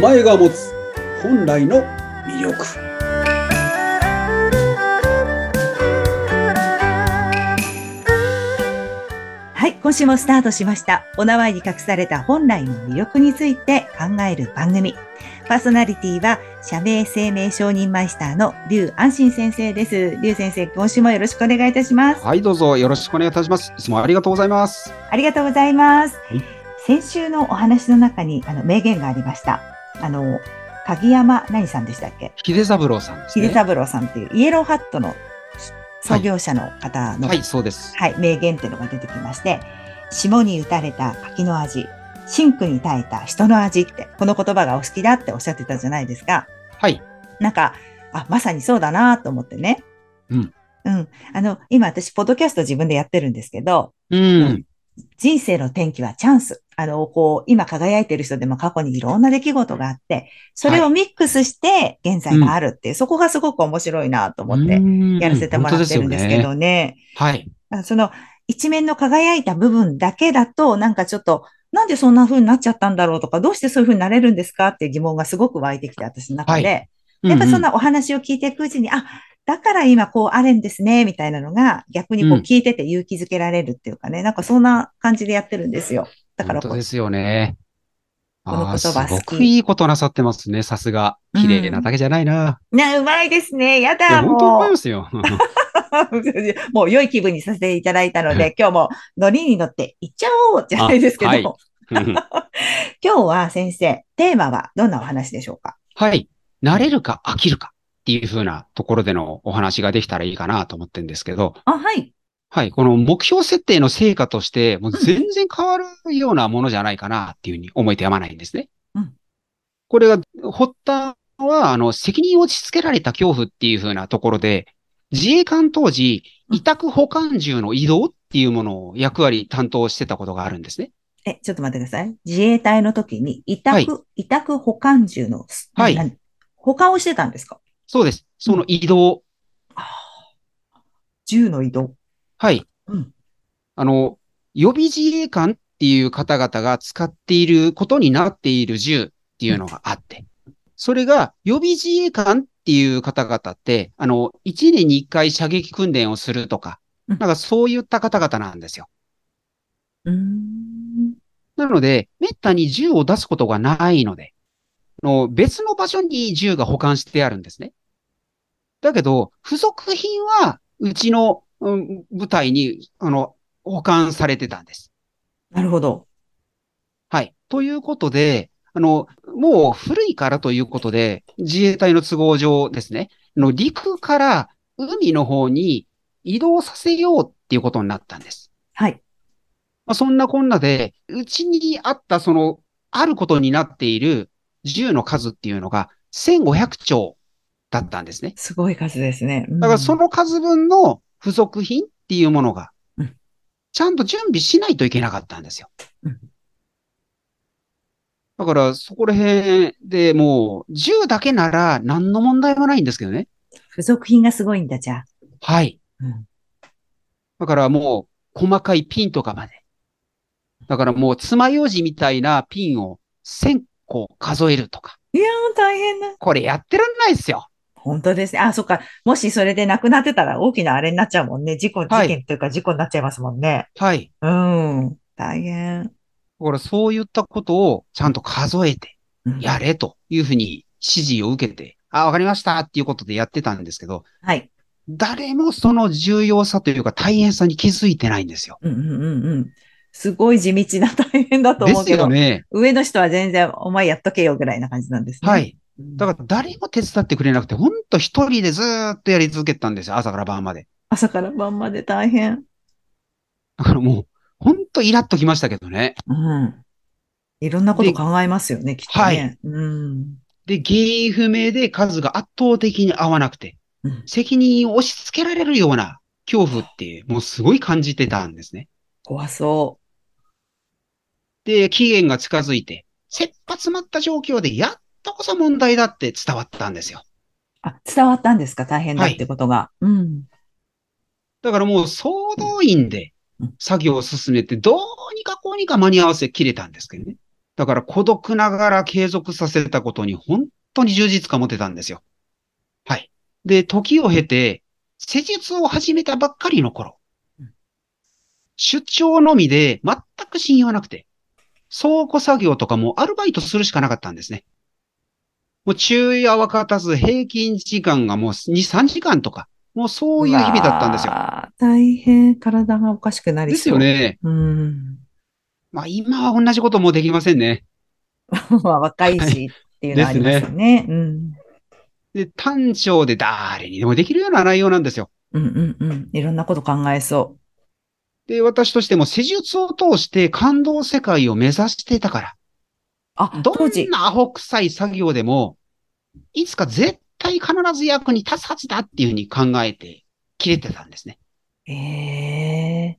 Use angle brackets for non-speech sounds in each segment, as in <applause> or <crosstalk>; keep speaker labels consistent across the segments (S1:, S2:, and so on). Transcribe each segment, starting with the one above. S1: 前が持つ本来の魅力
S2: はい、今週もスタートしました。お名前に隠された本来の魅力について考える番組。パーソナリティは、社名生命承認マイスターの劉安心先生です。劉先生、今週もよろしくお願いいたします。
S3: はい、どうぞよろしくお願いいたします。いつもありがとうございます。
S2: ありがとうございます。
S3: い
S2: 先週のお話の中に、あの、名言がありました。あの、鍵山何さんでしたっけ
S3: 秀三郎さんですね。
S2: 秀三郎さんっていう、イエローハットの創業者の方の
S3: はい、そうです。
S2: はい、名言っていうのが出てきまして、霜に打たれた柿の味、真紅に耐えた人の味って、この言葉がお好きだっておっしゃってたじゃないですか。
S3: はい、
S2: なんか、あ、まさにそうだなと思ってね。
S3: うん。
S2: うん。あの、今私、ポッドキャスト自分でやってるんですけど、
S3: うん、
S2: 人生の転機はチャンス。あの、こう、今輝いてる人でも過去にいろんな出来事があって、それをミックスして現在があるっていう、そこがすごく面白いなと思ってやらせてもらってるんですけ
S3: う
S2: どね。
S3: 本当ですよね。
S2: あその一面の輝いた部分だけだと、なんかちょっと、なんでそんな風になっちゃったんだろうとか、どうしてそういう風になれるんですかっていう疑問がすごく湧いてきて、私の中で。
S3: はい。
S2: やっぱそん
S3: な、
S2: なお話を聞いていくうちに、あ、だから今こうあるんですね、みたいなのが逆にこう
S3: うん
S2: 聞いてて勇気づけられるっていうかね、なんかそんな感じでやってるんですよ。だから
S3: 本
S2: こ
S3: 当
S2: う
S3: で、すよね。
S2: この
S3: あー
S2: 言葉好き
S3: すごくいいことなさってますね。さすが。綺麗なだけじゃないな。
S2: な、うまいですね。や
S3: いや
S2: だ、
S3: 本当思
S2: も
S3: いますよ。 <laughs>
S2: う。 <laughs> もう良い気分にさせていただいたので、今日もノリに乗って行っちゃおうじゃないですけど、
S3: あはい
S2: 今日は先生、テーマはどんなお話でしょうか
S3: はい。慣れるか飽きるかっていうふうなところでのお話ができたらいいかなと思ってるんですけど、
S2: あ、はい。
S3: はい。この目標設定の成果として、もう全然変わるようなものじゃないかなっていうふうに思えてやまないんですね。
S2: うん
S3: これが、発端は、あの、責任を押し付けられた恐怖っていうふうなところで、自衛官当時、
S2: うん
S3: 委託保管銃の移動っていうものを役割担当してたことがあるんですね。
S2: え、ちょっと待ってください。自衛隊の時に委託、
S3: はい
S2: 委託保管中の、
S3: はい
S2: 何保管をしてたんですか
S3: そうです。その移動。
S2: 銃の移動。
S3: はい。
S2: うん
S3: あの、予備自衛官っていう方々が使っていることになっている銃っていうのがあって、それが予備自衛官っていう方々って、あの、1年に1回射撃訓練をするとか、
S2: う
S3: なんんかそういった方々なんですよ。
S2: うーん。
S3: なので、めったに銃を出すことがないので、あの別の場所に銃が保管してあるんですね。だけど、付属品は、うちの、うん部隊に、あの、保管されてたんです。
S2: なるほど。
S3: はい。ということで、あの、もう古いからということで、自衛隊の都合上ですね、あの陸から海の方に移動させようっていうことになったんです。
S2: はい。
S3: まあ、そんなこんなで、うちにあった、その、あることになっている銃の数っていうのが1500丁だったんですね。
S2: すごい数ですね。
S3: だからそ
S2: の、
S3: の数分の付属品っていうものが
S2: うん、
S3: ちゃんと準備しないといけなかったんですよ
S2: うん。
S3: だからそこら辺でもう銃だけなら何の問題もないんですけどね。
S2: 付属品がすごいんだ、じゃあ。
S3: はい。
S2: うん
S3: だからもう、細かいピンとかまで。だからもう、爪楊枝みたいなピンを1000個数えるとか。
S2: いやー、大変な。
S3: これやってらんないですよ。
S2: 本当ですね。あ、そっか。もしそれで亡くなってたら大きなあれになっちゃうもんね。事故、事
S3: はい
S2: 件というか事故になっちゃいますもんね。
S3: はい。
S2: うん。大変。
S3: だからそういったことをちゃんと数えて
S2: うん
S3: やれというふうに指示を受けて、あ、わかりましたっていうことでやってたんですけど、
S2: はい。
S3: 誰もその重要さというか大変さに気づいてないんですよ。
S2: うんうんうんうん。すごい地道な大変だと
S3: で
S2: 思う
S3: す
S2: けど、
S3: よね。
S2: 上の人は全然お前やっとけよぐらいな感じなんですね。
S3: はい。
S2: うん。
S3: だから誰も手伝ってくれなくて、ほんと一人でずーっとやり続けてたんですよ。朝から晩まで。
S2: 朝から晩まで大変。
S3: だからもう、ほんとイラッときましたけどね。
S2: うん。いろんなこと考えますよね、きっとね。
S3: はい
S2: うん。
S3: で、原因不明で数が圧倒的に合わなくて、
S2: うん
S3: 責任を押し付けられるような恐怖って、もうすごい感じてたんですね。
S2: 怖そ
S3: で、期限が近づいて、切羽詰まった状況で、やっとこそ問題だって伝わったんですよ。
S2: う。あ、伝わったんですか大変だってことが。うん。
S3: だからもう総動員で
S2: うん
S3: 作業を進めて、どうにかこうにか間に合わせきれたんですけどね。だだから孤独ながら継続させたことに本当に充実感を持てたんですよ。はい。で、時を経て、施術を始めたばっかりの頃
S2: うん、
S3: 出張のみで全く信用なくて、倉庫作業とかもアルバイトするしかなかったんですね。もう昼夜はかたず平均時間がもう2、3時間とか、もうそういう日々だったんですよ。
S2: わあ。大変、体がおかしくなり
S3: です
S2: そう。
S3: よ。ね。
S2: うん。 <laughs>
S3: まあ今は同じこともうできませんね。
S2: まあ、若いしっていうのはありますよね。うん。
S3: で、単調で誰にでもできるような内容なんですよ。
S2: うんうんうん。いろんなこと考えそ
S3: で、私としても施術を通して感動世界を目指していたか
S2: う。あ
S3: ら、、ど
S2: 当時
S3: ん。なアホ臭い作業でも、いつか絶対必ず役に立つはずだっていうふうに考えて、切れてたんですね。
S2: ええ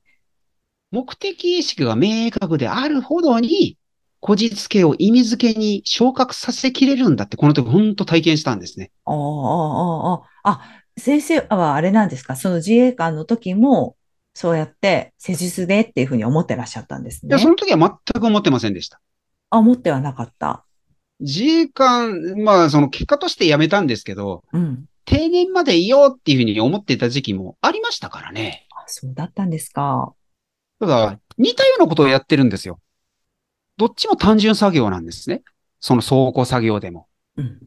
S3: 目的意識が明確であるほどに、こじつけを意味付けに昇格させきれるんだって、この時本当体験したんですね。
S2: おーおーおーおーあ、先生はあれなんですかその自衛官の時も、そうやって施術でっていうふうに思ってらっしゃったんです
S3: いや、
S2: ね
S3: そ。の時は全く思ってませんでした。
S2: あ、思ってはなかった。
S3: 自衛官、まあ、その結果として辞めたんですけど、
S2: うん。
S3: 定年までいようっていうふうに思っていた時期もありましたからね。
S2: あ、そうだったんですか。
S3: ただ、似たようなことをやってるんですよ。どっちも単純作業なんですね。その倉庫作業でも。
S2: うん。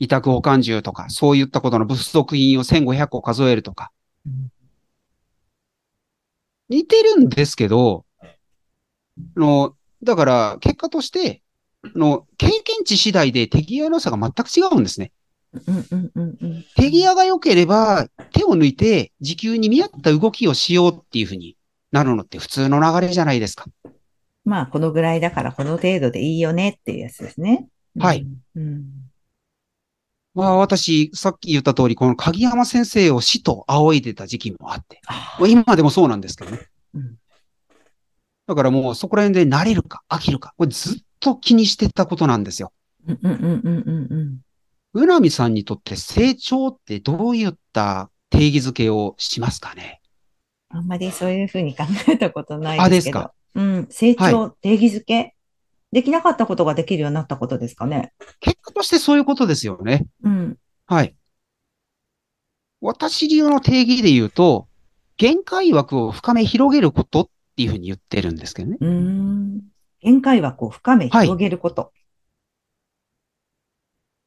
S3: 委託保管住とか、そういったことの物足品を1500個数えるとか
S2: うん。
S3: 似てるんですけど、あの、だから、結果として、あの、経験値次第で手際の良さが全く違うんですね。
S2: うんうんうんうん。
S3: 手際が良ければ、手を抜いて時給に見合った動きをしようっていうふうになるのって普通の流れじゃないですか。
S2: まあ、このぐらいだからこの程度でいいよねっていうやつですね。
S3: はい
S2: うん。うん。
S3: まあ私、さっき言った通り、この鍵山先生を死と仰いでた時期もあって、
S2: あ
S3: まあ今でもそうなんですけどね。
S2: うん
S3: だからもうそこら辺で慣れるか飽きるか、これずっと気にしてたことなんですよ。
S2: うんうんうんうんうんうん。
S3: うなみさんにとって成長ってどういった定義づけをしますかね
S2: あんまりそういうふうに考えたことない
S3: あ
S2: ですけ
S3: です
S2: ど。うん。成長、定義づけ。できなかったことができるようになったことですかね。
S3: 結果としてそういうことですよね。
S2: うん。
S3: はい。私流の定義で言うと、限界枠を深め広げることっていうふうに言ってるんですけどね。
S2: うーん。限界枠を深め、
S3: はい
S2: 広げること。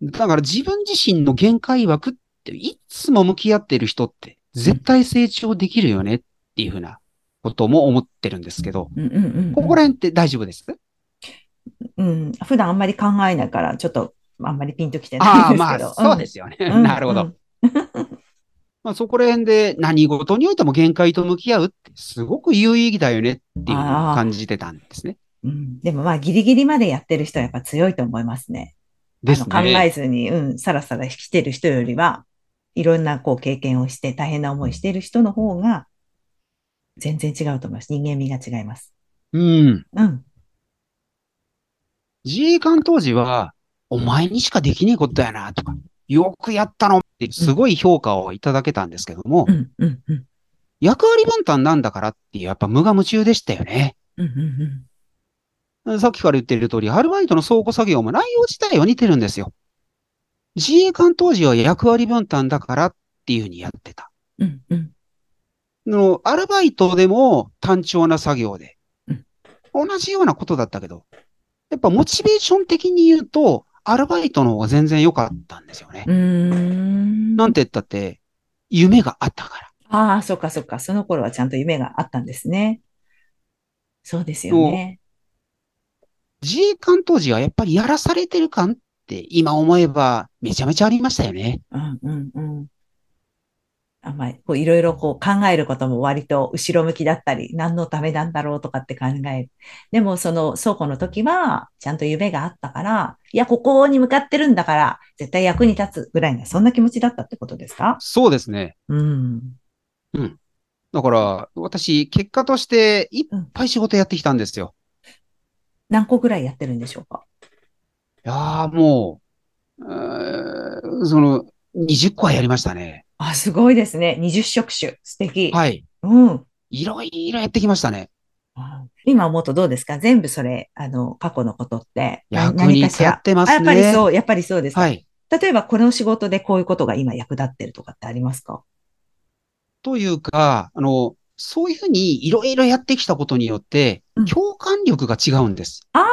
S3: だから自分自身の限界枠っていつも向き合ってる人って絶対成長できるよねっていうふうなことも思ってるんですけど、
S2: うんうんうんうん。
S3: ここら辺って大丈夫です
S2: うん。普段あんまり考えないから、ちょっとあんまりピンときてないん
S3: ああ、
S2: です
S3: ま
S2: け
S3: あ
S2: ど。。
S3: そうですすよね。
S2: うん
S3: なるほ
S2: う
S3: ど
S2: ん。
S3: まあそこら辺で何事においても限界と向き合うってすごく有意義だよねっていうふうに感じてたんですね。
S2: うん。でもまあ、ギリギリまでやってる人はやっぱ強いと思いますね。
S3: で
S2: あの
S3: す
S2: 考
S3: ね。
S2: えずに、うん、さらさら来てる人よりは、いろんなこう経験をして大変な思いしてる人の方が、全然違うと思います。人間味が違います。
S3: うん。
S2: うん。
S3: 自衛官当時は、お前にしかできねえことだよな、とか、よくやったのって、すごい評価をいただけたんですけども、
S2: うん、うん、うん。
S3: 役割分担なんだからっていう、やっぱ無我夢中でしたよね。
S2: うん、うん、
S3: さっきから言ってる通り、アルバイトの倉庫作業も内容自体は似てるんですよ。自衛官当時は役割分担だからっていうふうにやってた。
S2: うん、うん、
S3: あのアルバイトでも単調な作業で
S2: うん、
S3: 同じようなことだったけど、やっぱモチベーション的に言うと、アルバイトの方が全然良かったんですよね。
S2: うん。うーん。
S3: なんて言ったって、夢があったから。
S2: ああ、そっかそっか。その頃はちゃんと夢があったんですね。そうですよね。
S3: 自衛官当時はやっぱりやらされてる感って今思えばめちゃめちゃありましたよね。
S2: うん、うん、うん。あんまり、こう、いろいろこう考えることも割と後ろ向きだったり、何のためなんだろうとかって考える。でも、その倉庫の時は、ちゃんと夢があったから、いや、ここに向かってるんだから、絶対役に立つぐらいな、そんな気持ちだったってことですか
S3: そうですね。
S2: うん。
S3: だから、私、結果としていっぱい仕事やってきたんですよ。
S2: 何個ぐらいやってるんでしょうか
S3: いやーもう、うーんその、20個はやりましたね。
S2: あ、すごいですね。20職種。素敵。
S3: はい。
S2: うん。
S3: いろいろやってきましたね。
S2: 今思うとどうですか全部それ、あの、過去のことって。
S3: 役
S2: な何
S3: に
S2: か
S3: 立
S2: しら
S3: ってま
S2: あや
S3: す
S2: っ
S3: ね。
S2: ぱりそう、やっぱりそうですか。
S3: はい。
S2: 例えば、この仕事でこういうことが今役立ってるとかってありますか
S3: というか、あの、そういうふうにいろいろやってきたことによって
S2: うん、
S3: 共感力が違うんです。
S2: ああ、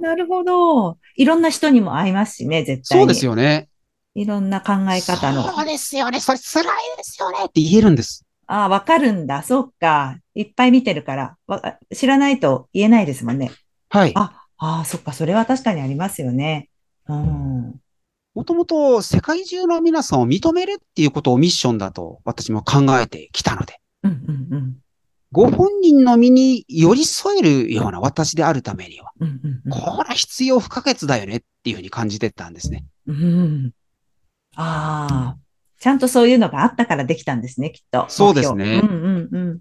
S2: なるほど。いろんな人にも会いますしね、絶対
S3: そ
S2: に。
S3: うですよね。
S2: いろんな考え方の。
S3: そうですよね。それ辛いですよねって言えるんです。
S2: ああ、わかるんだ。そうか。いっぱい見てるから。わ知らないと言えないですもんね。
S3: はい。
S2: あ、ああ、そっか。それは確かにありますよね。うん。
S3: もともと世界中の皆さんを認めるっていうことをミッションだと私も考えてきたので、
S2: うん、うん、うん。
S3: ご本人の身に寄り添えるような私であるためには、
S2: うん、うん、うん。
S3: これは必要不可欠だよねっていうふうに感じてたんですね。
S2: うん。ああ、ちゃんとそういうのがあったからできたんですね、きっと。
S3: そうですね
S2: 目標うんうん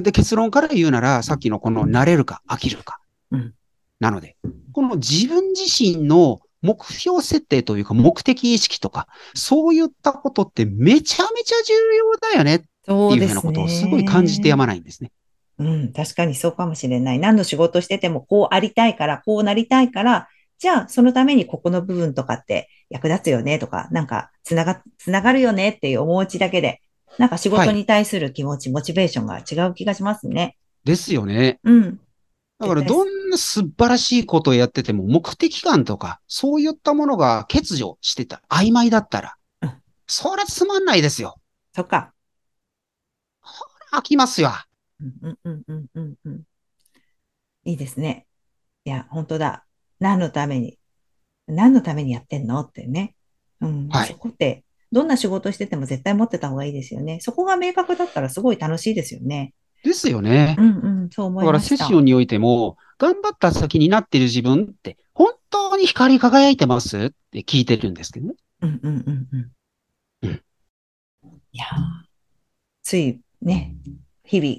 S3: で、結論から言うなら、さっきのこの慣れるか飽きるか。
S2: うん
S3: なので、この自分自身の目標設定というか目的意識とか、そういったことってめちゃめちゃ重要だよねっ
S2: うん。
S3: て
S2: そう
S3: いう
S2: で
S3: ふうな
S2: す
S3: ことを
S2: ね。
S3: すごい感じてやまないんですね。
S2: うん、確かにそうかもしれない。何の仕事しててもこうありたいから、こうなりたいから、じゃあそのためにここの部分とかって役立つよねとか、なんかつなが、つながるよねっていう思うちだけで、なんか仕事に対する気持ち、モチベーションが違う気がしますね。
S3: ですよね。
S2: うん。
S3: だからどんな素晴らしいことをやってても目的感とか、そういったものが欠如してた、曖昧だったら
S2: うん、
S3: そりゃつまんないですよ。
S2: そっか。
S3: 飽きますよ。
S2: うんうんうんうんうんうん。いいですね。いや、本当だ。何のために、何のためにやってんのってね。うん、
S3: はい
S2: そこって、どんな仕事してても絶対持ってた方がいいですよね。そこが明確だったらすごい楽しいですよね。
S3: ですよね。
S2: うんうん、そう思
S3: だ
S2: い
S3: から
S2: まし
S3: セ
S2: た。
S3: ッションにおいても、頑張った先になってる自分って、本当に光り輝いてますって聞いてるんですけどね。
S2: うんうんうんうん。
S3: うん
S2: いやーついね、日々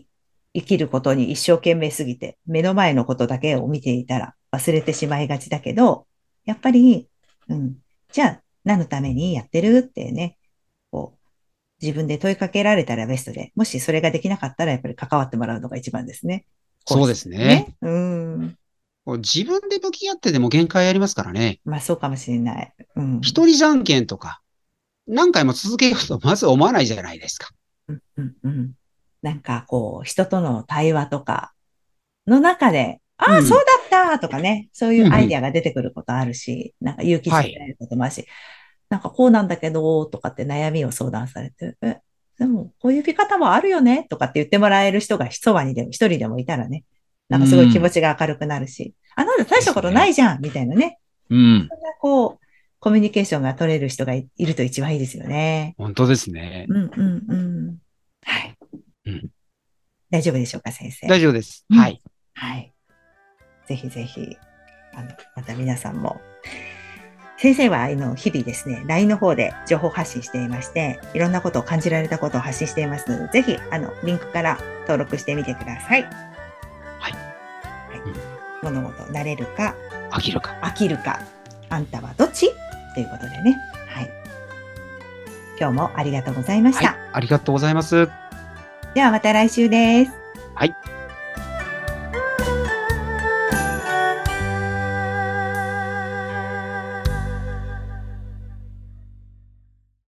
S2: 生きることに一生懸命すぎて、目の前のことだけを見ていたら忘れてしまいがちだけど、やっぱり、うん、じゃあ何のためにやってるってね、こう、自分で問いかけられたらベストで、もしそれができなかったらやっぱり関わってもらうのが一番ですね。
S3: そうですね。
S2: ねうん。
S3: こう自分で向き合ってでも限界ありますからね。
S2: まあそうかもしれない。うん。
S3: 一人じゃんけんとか、何回も続けようとまず思わないじゃないですか。
S2: うんうんうんなんかこう、人との対話とかの中で、ああ、
S3: うん
S2: そうだったとかね、そうい
S3: ん
S2: う
S3: うん
S2: アイデアが出てくることあるし、なんか勇気づけられることもあるし、なんかこうなんだけど、とかって悩みを相談されて、え、でもこういう見方もあるよね、とかって言ってもらえる人がそばにでも、一人でもいたらね、なんかすごい気持ちが明るくなるし、あ、なんだ大したことないじゃん、みたいなね、
S3: うん。
S2: そんなこう、コミュニケーションが取れる人がいいると一番いいですよね。
S3: 本当ですね。
S2: うんうんうん。はい。
S3: うん
S2: 大丈夫でしょうか、先生。
S3: 大丈夫です。
S2: うん
S3: はい。
S2: はい。ぜひぜひ、あの、また皆さんも。先生は、あの、日々ですね、LINE の方で情報発信していまして、いろんなことを感じられたことを発信していますので、ぜひ、あの、リンクから登録してみてください。はいはい。物事、慣れるか、
S3: 飽きるか。
S2: 飽きるか、あんたはどっちということでね。はい。今日もありがとうございまし
S3: はい
S2: た。。
S3: ありがとうございます。
S2: ではまた来週です。